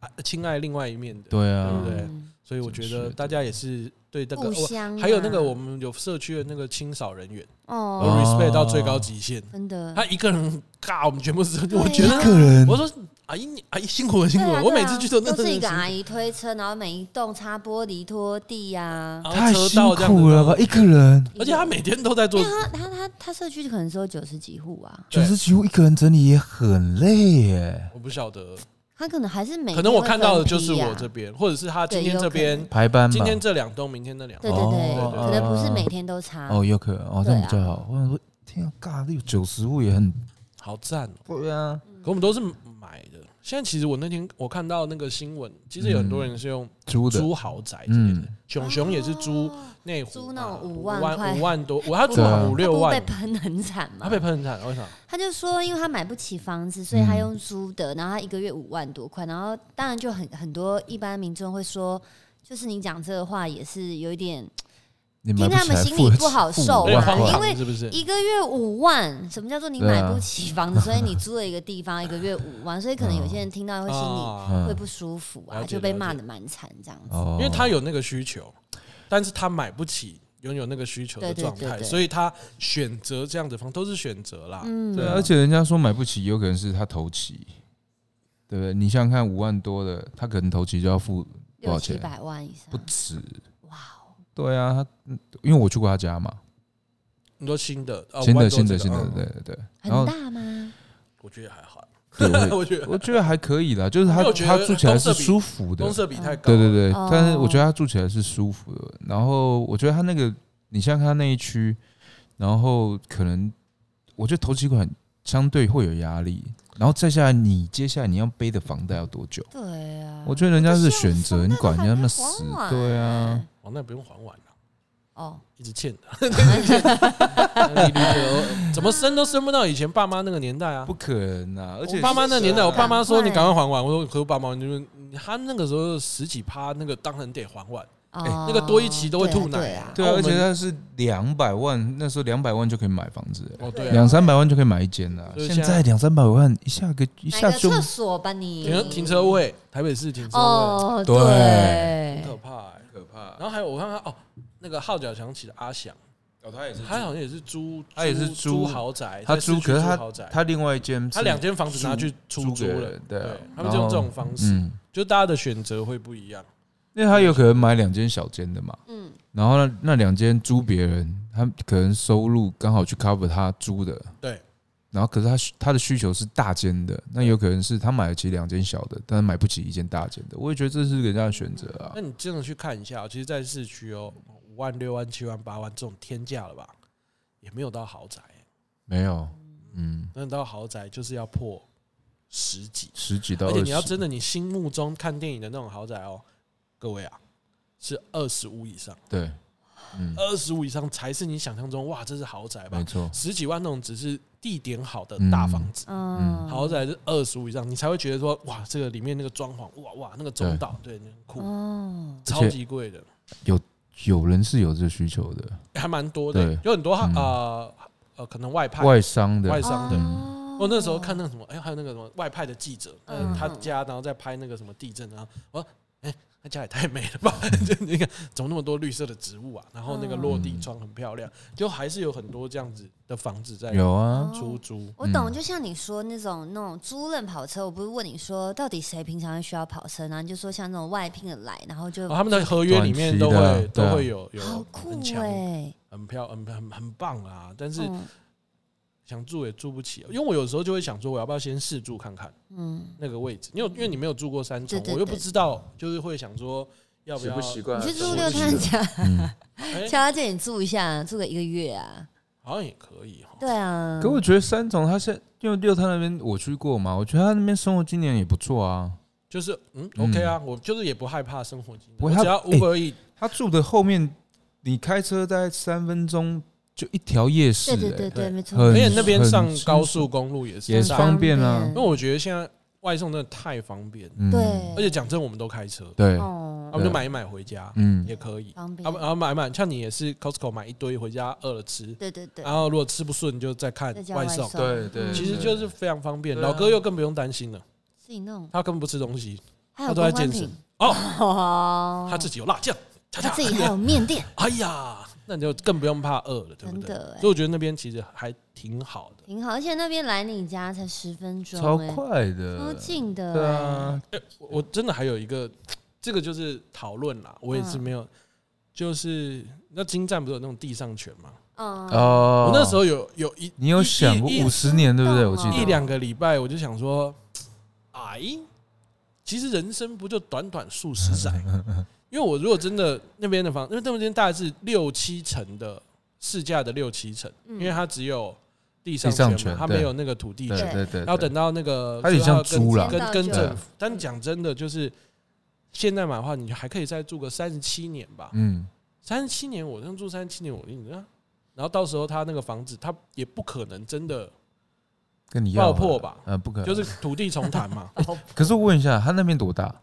啊亲爱另外一面的，对啊，对嗯所以我觉真得是大家也是对这个互，相啊我还有那个我嗯们有社区的那个清扫人员，我哦，哦 respect 到最高极限，真的，他一个人尬，我们全部是，对啊我觉得。个人我说阿姨，你阿姨辛苦了，辛苦对了！啊我对每啊次去都那都是一真个的阿辛姨推车，然后每一栋擦玻璃拖地啊苦呀、然后太车辛道这样子苦了吧，弄一个人啊而且他每天都在做因为，他他他他社区可能只有九十几户啊，九对十几户一个人整理也很累耶，我不晓得，他可能还是每可能我看到的就是天会我分批这啊边，或者是他今对天有这可边，排班今吧。天这两栋，明天那两对栋，对哦对，可能不是哦每天都擦。哦，有可能哦，这对样啊比较好。我想说，天啊，尬，有九十户也很好赞哦！对啊，嗯可我们都是买的。现在其实我那天我看到那个新闻，其实有很多人是用租的租豪宅之类的嗯，熊熊也是租哦内湖嘛，租那种五五万块五万多，我他租对啊五六他万啊不，被喷得很惨他嘛被？喷很惨，为啥？他就说，因为他买不起房子，所以嗯他用租的，然后他一个月五万多块，然后当然就很很多一般民众会说，就是你讲这个话也是有一点你买不起听来他们心里付得起不好受付对有五啊万块荒因唐为是不是？一个月五万，什么叫做你对啊买不起房子，所以你租了一个地方，一个月五万，所以可能有些人听到会心里啊，会不舒服啊，了解就被了解骂的蛮惨这样子。哦因为他有那个需求，但是他买不起拥有那个需求的对对状对态，对所以他选择这样的方都是选择啦。嗯对啊，而且人家说买不起，有可能是他头期，对不对？你想想看，五万多的，他可能头期就要付多六少七钱？啊百万以上不，止。哇哦！对啊，他嗯因为我去过他家嘛，你说新的，啊新五的万多新的这个新的嗯，对对对。很然后大吗？我觉得还好，对我会 <laughs> 我觉得我觉得还可以啦，就是他因为我觉得他住起来是公社比舒服的公，社比太高，啊对对，对哦，但是我觉得他住起来是舒服的。然后我觉得他那个，你像他那一区，然后可能我觉得头期款相对会有压力，然后再下来你接下来你要背的房贷要多久？对啊，我觉得人家是选我择，觉得你管人家那么死房贷都还没还？完对啊，哦，那不用还完了，哦，一直欠的， <laughs> 利率就怎么升都升不到以前爸妈那个年代啊不。可能啊！而且我爸妈那年代，我爸妈说赶快你赶快还完，我说可是爸妈，你们他那个时候十几趴，那个当然得还完，那哎那个多一期都会吐奶哦啊。对啊啊，我而们且他是两百万，那时候两百万就可以买房子了，哦对啊，两三百万就可以买一间了。就是现现在在两三百万一下个一买下个就厕所吧你，停停车位，台北市停车位，哦，对对很可怕欸。可怕然后还有我看看哦，那个号角响起的阿翔，哦，他也是他好像也是租，他也是租租豪宅，他在市租，区可是他豪宅，他另外一间他是两间房子拿去出租租给了人，，对啊对，他们就用这种方式，嗯，就大家的选择会不一样。因为他有可能买两间小间的嘛，嗯，然后那那两间租别人，他可能收入刚好去 cover 他租的，对，然后可是他需他的需求是大间的，那有可能是他买得起两间小的，但是买不起一间大间的，我也觉得这是人家的选择啊那，你真的去看一下，其实，在市区哦，五万、六万、七万、八万这种天价了吧，也没有到豪宅、欸没有，嗯，那你到豪宅就是要破十几，十几到而二且十，你要真的你心目中看电影的那种豪宅哦，各位啊，是二十五以上，对，嗯，二十五以上才是你想象中哇，这是豪宅吧没？错，十几万那种只是地点好的大房子，嗯，豪宅是二十五以上，你才会觉得说哇，这个里面那个装潢，哇哇，那个中岛，对，那很嗯酷，哦，超级贵的，有人是有这需求的，还蛮多的对，有很多啊嗯呃呃，可能外派。外商的外商的，哦我那时候看那个什么，哎，还有那个什么外派的记者，呃嗯他家然后再拍那个什么地震，然后我说，哎，他家也太美了吧！ <laughs> 就你看怎么那么多绿色的植物啊，然后嗯那个落地窗很漂亮，就还是有很多这样子的房子在有啊，出租。我懂，嗯就像你说那种那种租赁跑车，我不是问你说到底谁平常需要跑车，然后你就说像那种外聘的来，然后就哦然后他们的合约里面都短会期的都对啊会有有好酷很强、哎，很漂、很很很棒啊！但是嗯想住也住不起，啊因为我有时候就会想说，我要不要先试住看看嗯，那个位置？因为因为你没有住过三重对，对我又对不知道，就是会想说要不要惯啊你去住熟六悉探 <laughs> 家，嗯， <laughs> 哎叫他借你住一下，住个一个月啊，好像也可以哈。对啊，可我觉得三总他是因为六探那边我去过嘛，我觉得他那边生活今年也不错啊。就是嗯嗯，OK 啊，我就是也不害怕生活技能，不我会只他要 Uber E，他住的后面，你开车大概三分钟就一条夜市、对欸，对对对对，没错，很而且那边很上清高楚速公路也是也很是大，方便啊很因为我觉得现在外送真的太方便了，嗯对，而且讲真，我们都开车，啊对，哦我们就买一买回家嗯也可以。方便啊，不然后买买，像你也是 Costco 买一堆回家，饿了吃，对对对，然后如果吃不顺就再看再叫外外送，送对对嗯其实就是非常方便。对啊老哥又更不用担心了，自己弄，他根本不吃东西，还有都在公关健身品哦哦他自己有辣酱，恰恰他自己还有面店，哎呀，那你就更不用怕饿了，对不真对？的所以哎，我觉得那边其实还挺好的。挺好，而且那边来你家才十分钟，超哎快的，超近的，对啊，我我真的还有一个，这个就是讨论啦，我也是没有，就是那金站不是有那种地上权嘛？哎，嗯，我哦那时候有有一，你有想过一一五十年对不对？我记一啊得两个礼拜，我就想说，哎，其实人生不就短短数十 <laughs> 载，因为我如果真的那边的房，因为那边大概是六七成的市价的六七成，嗯因为它只有地上地上权嘛，权它对没有那个土地对权，对对，要等到那个它有点像租啦跟到跟就政府。但讲真的，就是现在买的话，你还可以再住个三十七年吧。嗯，三十七年，我这样住三十七年，我跟你讲，然后到时候他那个房子，他也不可能真的跟你爆要破吧，呃，不可能。就是土地重谈嘛。可是我问一下，他那边多大？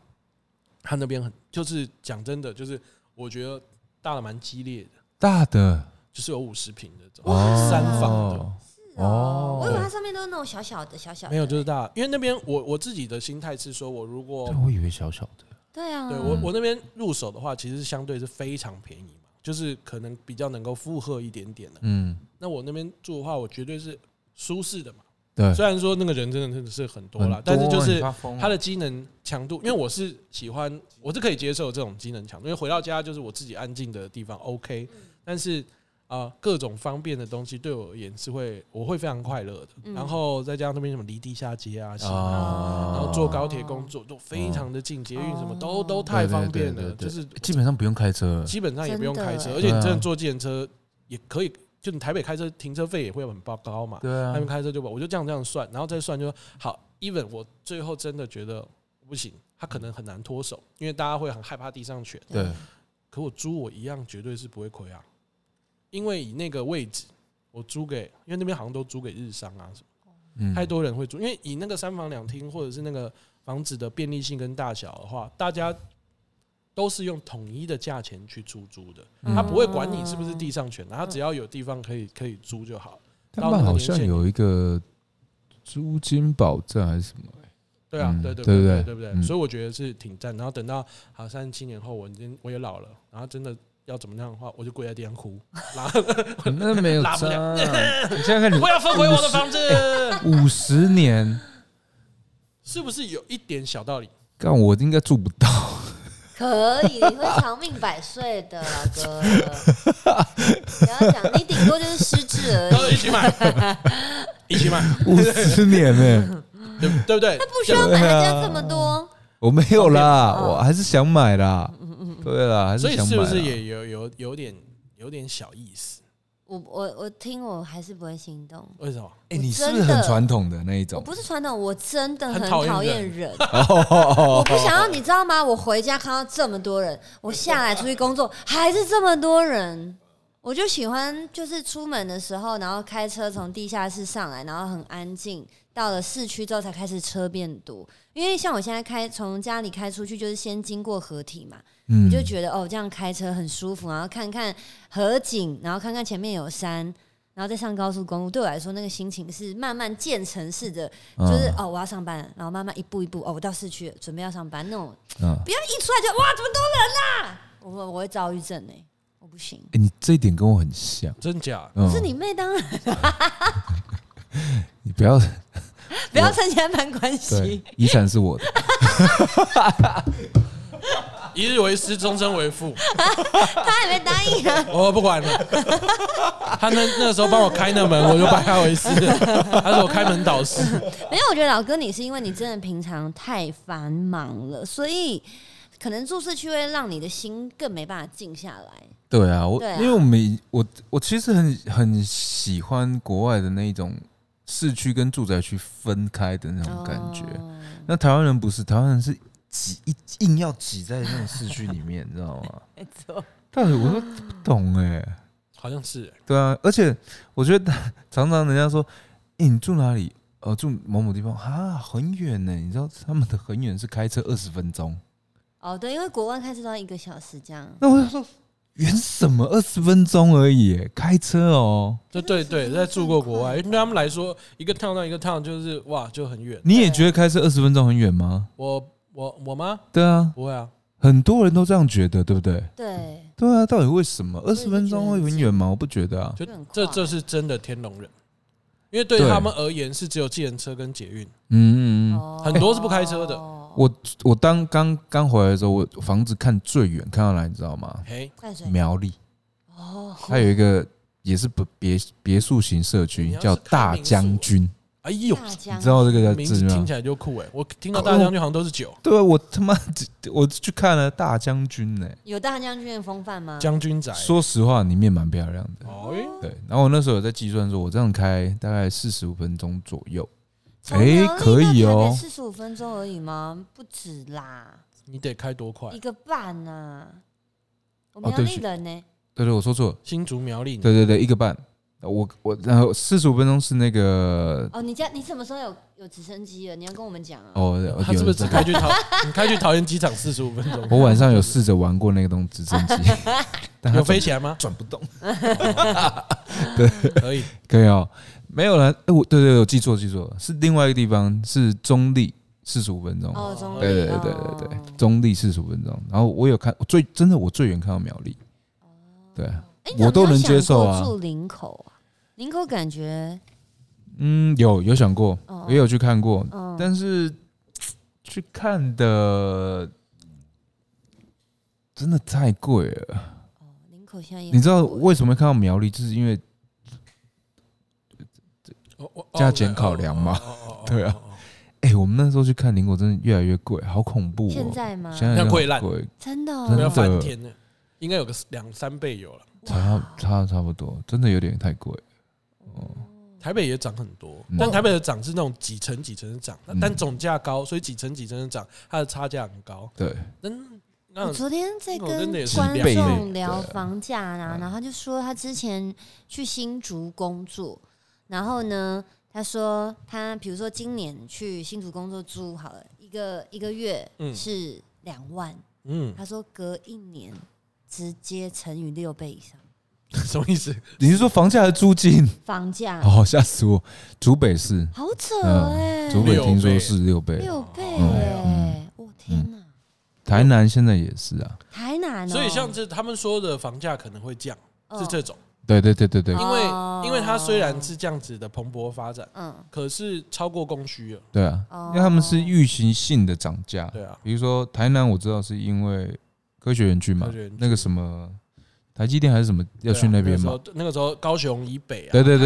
他那边很，就是讲真的，就是我觉得大的蛮激烈的，大的就是有五十平的这种，哦，三房的哦哦，我以为它上面都是那种小小的、小小的，没有就是大，因为那边我我自己的心态是说，我如果对，我以为小小的，对啊，对我我那边入手的话，其实相对是非常便宜嘛，就是可能比较能够负荷一点点的。嗯，那我那边住的话，我绝对是舒适的嘛，对，虽然说那个人真的是很多啦，啊很啊但是就是你发疯了它的机能强度，因为我是喜欢，我是可以接受这种机能强度，因为回到家就是我自己安静的地方，OK。但是啊、呃各种方便的东西对我而言是会，我会非常快乐的。嗯然后再加上那边什么离地下街啊，啊啊然后坐高铁工作都非常的近，捷运什哦么都都太方便了，哦对对对对对就是基本上不用开车了，基本上也不用开车，真的而且你真对的啊坐计程车也可以，就你台北开车停车费也会很高高嘛，对啊他，们开车就把我就这样这样算，然后再算就说好。even 我最后真的觉得不行，他可能很难脱手，因为大家会很害怕地上哦权。对，可我租我一样绝对是不会亏啊，因为以那个位置，我租给，因为那边好像都租给日商啊什么，嗯，太多人会租。因为以那个三房两厅或者是那个房子的便利性跟大小的话，大家都是用统一的价钱去出租的，嗯他不会管你是不是地上权，他只要有地方可以可以租就好。他们好像有一个租金保障还是 <laughs> 什么，对啊，嗯对对对对不对对对不对？嗯所以我觉得是挺赞。然后等到好三十七年后，我已经我也老了，然后真的要怎么样的话，我就跪在地上哭，拉那没有拉差不了啊。你现在看 <laughs> 你我要分回我的房子，五十年，是不是有一点小道理？干我应该做不 <laughs> 到。可以，你会长命百岁的，老哥。不要讲，你顶多就是失智 <laughs> 而然后一已，起买，一起买，五十年欸呢、对对不对？不需要买人家这么多。我没有 <laughs> 啦，哦我还是想买啦。嗯对啦，还所以想是买不啦。是也有有有点有点小意思？我我我听我还是不会心动。为什么？哎，你是不真是的很传统的那一我种？不是传统，我真的很很讨厌讨厌人人， <laughs> 哦，我不想要，你知道吗？我回家看到这么多人，我下来出去工作还是这么多人，我就喜欢就是出门的时候，然后开车从地下室上来，然后很安静。到了市区之后才开始车变多，因为像我现在开从家里开出去，就是先经过合体嘛，嗯你就觉得哦这样开车很舒服，然后看看河景，然后看看前面有山，然后再上高速公路，对我来说那个心情是慢慢渐层式的就是嗯哦，我要上班了，然后慢慢一步一步，哦，我到市区了准备要上班那种，嗯，不要一出来就哇，这么多人呐、我我我会躁郁症哎、我不行。哎，你这一点跟我很像。真假？嗯不是，你妹，当然 <laughs> 你不 <laughs> 要不要趁钱攀关对系。，遗产是我的。一日为师，终身为父。他也没答应啊， <laughs> 我不管了。他那那个时候帮我开那门，我就拜他为师了。他是我开门导师。没有。我觉得老哥你是因为你真的平常太繁忙了，所以可能住市区会让你的心更没办法静下来。对啊，我对啊因为我们以我我其实很很喜欢国外的那一种市区跟住宅区分开的那种感觉。哦那台湾人不是，台湾人是挤一硬要挤在那种市区里 <laughs> 面，你知道吗？没错，但是我都不懂哎、好像是、欸对啊，而且我觉得 <laughs> 常常人家说，哎、你住哪里？呃，住某某地方啊，很远呢、你知道他们的很远是开车二十分钟，哦对，因为国外开车都要一个小时这样。那我就说远什么二十分钟而已、欸开车哦。就对对，在住过国外，因为对他们来说，一个 town 到一个 town 就是哇，就很远。你也觉得开啊车二十分钟很远吗？我我我吗？对啊，不会啊，很多人都这样觉得，对不对？对，对啊，到底为什么二也是十分钟会很远吗？我不觉得啊。就就很快这这是真的天龙人，因为对对他们而言是只有计程车跟捷运。嗯嗯嗯，哦很多是不开车的我我我当刚刚回来的时候，我房子看最远看到哪，你知道吗？嘿，淡水苗栗，哦，它有一个也是不别别墅型社你区哦要，是叫开大民宿将军，哎呦，大江你知道这个名叫字字听吗起？来就酷哎！我听到大将军好像都是酒，对啊，我他妈我去看了大将军呢、有大将军的风范吗？将军宅。说实话，里面蛮漂亮的。哦，哎对，然后我那时候有在计算说，我这样开大概四十五分钟左右，哎哎，可以哦四十五分钟而已吗？不止啦，你得开多快一？个半呐。我哦苗对栗不起人呢，对对，我说错了，新竹苗栗，对对对，一个半。我我然后四十五分钟是那个哦，你家你什么时候有有直升机了？你要跟我们讲啊。哦，他是有不是只开去这桃？你开去桃园机场四十五分钟？个我晚上有试着玩过那个东直升机，但它有飞起来吗？转不动。可以，可以哦，没有了。哎，我对对对，我记错记错了，是另外一个地方，是中立四十五分钟。哦，中立。对对对对对哦对，中立四十五分钟。然后我有看，我最真的我最远看到苗栗。对，哎你有没有我都能接受啊想过住林口啊，林口感觉嗯，有有想过，哦也有去看过，嗯，但是去看的真的太贵了。林口现在也你知道很贵为什么会看到苗栗，就是因为哦哦加减考量嘛哦哦哦哦对啊哦哦哦哎、我们那时候去看林果，真的越来越贵，好恐怖、哦！现在吗？现在真的那贵很烂贵，真的、我们要哦真，翻天了，应该有个两三倍有了。差差差不多，真的有点太贵。台北也涨很多嗯，但台北的涨是那种几层几层的涨，那嗯但总价高，所以几层几层的涨，它的差价很高。对，嗯，那我昨天在那我真的也跟是观两倍众的聊对房价啊，然后他就说他之前去新竹工作，然后呢，他说他比如说今年去新竹工作租好了，一个一个月嗯是两万，嗯，他说隔一年直接乘以六倍以上什么意思？你是说房价和租金？房价，哦，吓死我！竹北市，好扯嗯哦哎、竹北北听说是六倍，六倍嗯哎、我嗯天哪，台南现在也是啊。台南哦，嗯所以像这他们说的房价可能会降，是这种，对对对对对哦因为因为它虽哦然是这样子的蓬勃发展，嗯可是超过供需了。对啊，哦因为他们是预期性的涨价。对啊，比如说台南，我知道是因为科学园区嘛科学园区，那个什么台积电还是什么要去那边嘛。对啊那个时候那个时候高雄以北啊，对对对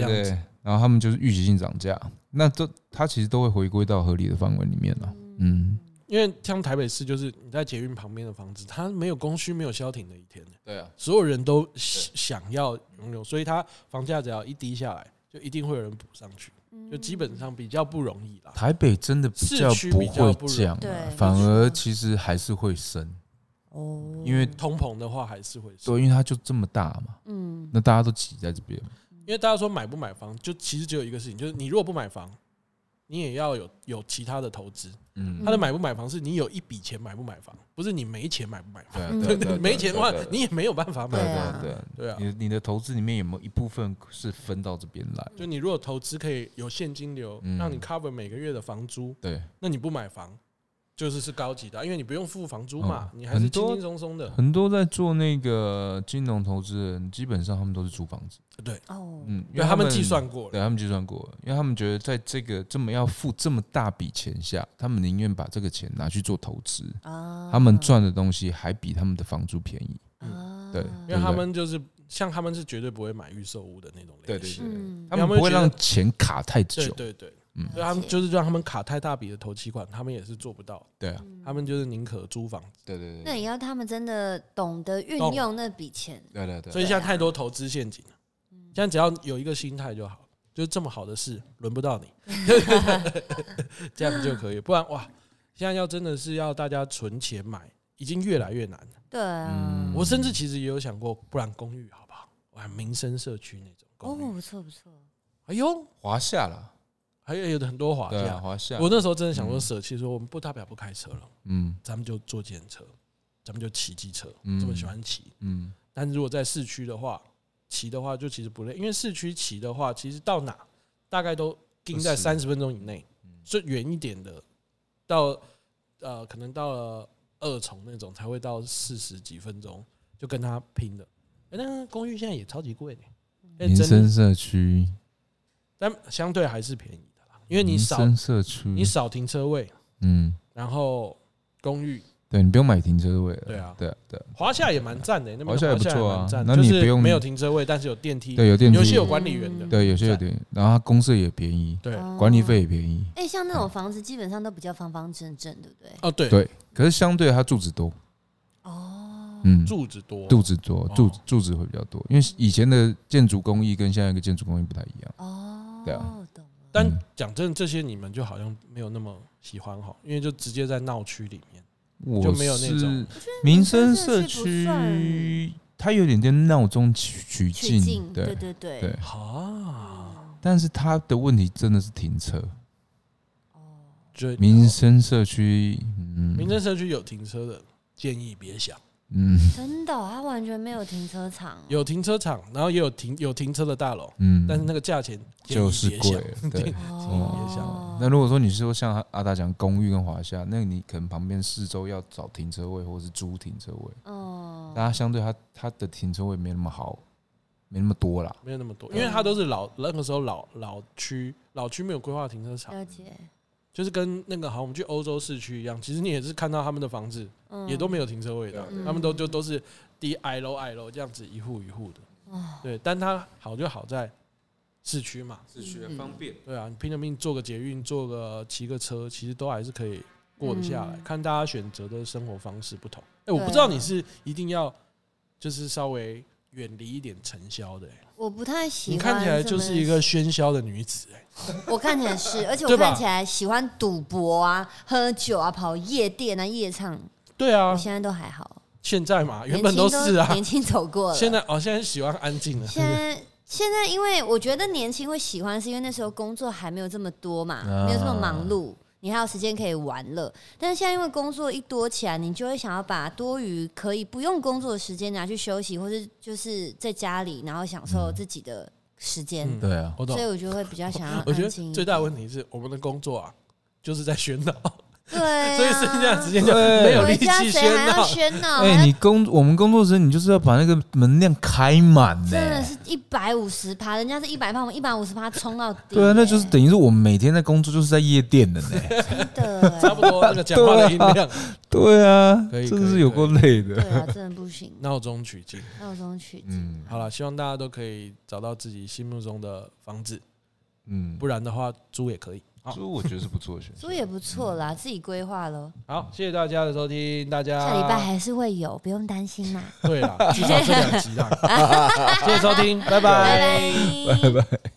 这对样子对。然后他们就是预期性涨价，那都它其实都会回归到合理的范围里面了。嗯，因为像台北市，就是你在捷运旁边的房子，它没有供需，没有消停的一天，对啊，所有人都想要拥有，所以它房价只要一低下来，就一定会有人补上去，嗯嗯就基本上比较不容易啦。台北真的比较市区不比较会不容易降对啊，反而其实还是会升，哦，因为通膨的话还是会是，对，因为它就这么大嘛，嗯那大家都挤在这边嘛。因为大家说买不买房，就其实只有一个事情，就是你如果不买房，你也要有有其他的投资。嗯他的买不买房是你有一笔钱买不买房，不是你没钱买不买房。对啊嗯对啊对啊对啊，没钱的话对啊，你也没有办法对买。啊对啊对对啊啊你，的你的投资里面有没有一部分是分到这边来？就你如果投资可以有现金流嗯，让你 cover 每个月的房租，对，那你不买房就是是高级的，啊因为你不用付房租嘛哦，你还是很轻多轻松松的。很多在做那个金融投资的人，基本上他们都是租房子，对，哦，嗯，因对为他们计，算过了，对他们计算过，因为他们觉得在这个这么要付这么大笔钱下，他们宁愿把这个钱拿去做投资，啊，他们赚的东西还比他们的房租便嗯宜。啊，对因为他们就是像他们是绝对不会买预售屋的那种类型。嗯他们不会让钱卡太对久，对对，嗯所以他们就是让他们卡太大笔的头期款，他们也是做不到，对啊，嗯他们就是宁可租房。对对那也要他们真的懂得运懂用那笔钱，对对对啊所以现在太多投资陷阱了，现在只要有一个心态就好，就是这么好的事轮不到你，这样就可以，不然哇，现在要真的是要大家存钱买，已经越来越难了。对啊嗯，我甚至其实也有想过，不然公寓好不好？哇，民生社区那种哦，嗯公寓，不错不错，哎呦，华夏啦，还有有的很多华对啊，嗯夏，华夏，我那时候真的想说舍弃，说我们不大不了不开车了，嗯咱们就坐电车，咱们就骑机车，嗯这么喜欢骑，嗯，但如果在市区的话，骑的话就其实不累，因为市区骑的话，其实到哪大概都盯在20三十分钟以内，最远一点的到呃，可能到了二重那种才会到四十几分钟，就跟他拼的。诶那公寓现在也超级贵的、诶民哎真生社区，但相对还是便宜的啦，因为你民少生社区，你少停车位，嗯，然后公寓对你不用买停车位了，对啊对对华夏也蛮赞的、那边的华夏也不也错啊蛮赞那就你是不用没有停车位，但是有电梯，对，有电有些梯有，管理员的，嗯对有些有赞电，然后它公社也便宜，对。哦管理费。嗯也便宜，哎，像那种房子基本上都比较方方正正，对不对？哦，对，对，可是相对它住址多，哦，嗯，柱子多，住址多哦，住住址会比较多，因为以前的建筑工艺跟现在的建筑工艺不太一样，哦，对啊懂了。但嗯讲真的，这些你们就好像没有那么喜欢哈，因为就直接在闹区里面。我没有那种是我觉得民生社不算区，它有点点闹中取取取静，景，对对对对对，啊，但是它的问题真的是停车，啊哦，就民生社区，嗯，民生社区有停车的，建议别想。嗯真的哦，他完全没有停车场哦，有停车场，然后也有停有停车的大楼，嗯，但是那个价钱建议就是别贵想。， <laughs> 对。也想哦，那如果说你是说像阿达讲公寓跟华夏，那你可能旁边四周要找停车位或是租停车位，哦大家相对它它的停车位没那么好，没那么多啦。没有那么多，因为它都是老那个时候老老区，老区没有规划停车场，了解，就是跟那个好，我们去欧洲市区一样，其实你也是看到他们的房子嗯，也都没有停车位的，嗯他们都就都是低矮楼矮楼这样子一户一户的，哦，对，但它好就好在市区嘛，市区的嗯方便，对啊，你拼了命坐个捷运，坐个骑个车，其实都还是可以过得下来。嗯看大家选择的生活方式不同。哎、对我啊不知道你是一定要就是稍微远离一点尘嚣的、哎我不太喜你欢。看起来就是一个，喧嚣的女子、哎， <laughs> 我看起来是， <laughs> 而且我对吧看起来喜欢赌博啊、喝酒啊、跑夜店啊、夜唱，对啊我，现在都还好。现在嘛，原年本轻都是啊，年轻走过了。现在哦，现在喜欢安静了，现在现在，因为我觉得年轻会喜欢，是因为那时候工作还没有这么多嘛，啊没有这么忙碌，你还有时间可以玩乐。但是现在因为工作一多起来，你就会想要把多余可以不用工作的时间拿去休息，或是就是在家里，然后享受自己的时间。嗯对啊，我懂所以。我就会比较想要 <laughs> 我觉安静得一点。最大的问题是我们的工作啊，就是在喧闹，对、啊， <laughs> 所以剩下的时间就对没有力回气家谁喧还要闹。喧闹？哦还哎、要你工我们工作时，你就是要把那个能量开满呢、真的是一百五十趴，人家是一百趴，我们一百五十趴冲到底耶。对啊，那就是等于是我们每天在工作就是在夜 <laughs> 店的呢、真 <laughs> 的哎差耶。不多那个讲话的音量，对啊，可以真可的以是有够累的。对啊，真的不行，闹中取静。闹钟取经。嗯好了，希望大家都可以找到自己心目中的房子，嗯，不然的话租也可以。好，猪我觉得是不错的选租也不错啦，自己规划咯。好，谢谢大家的收听，大家下礼拜还是会有，不用担心啦。 <laughs> <laughs> 对了，至少这两集啦，谢谢收听，拜拜拜拜。拜拜。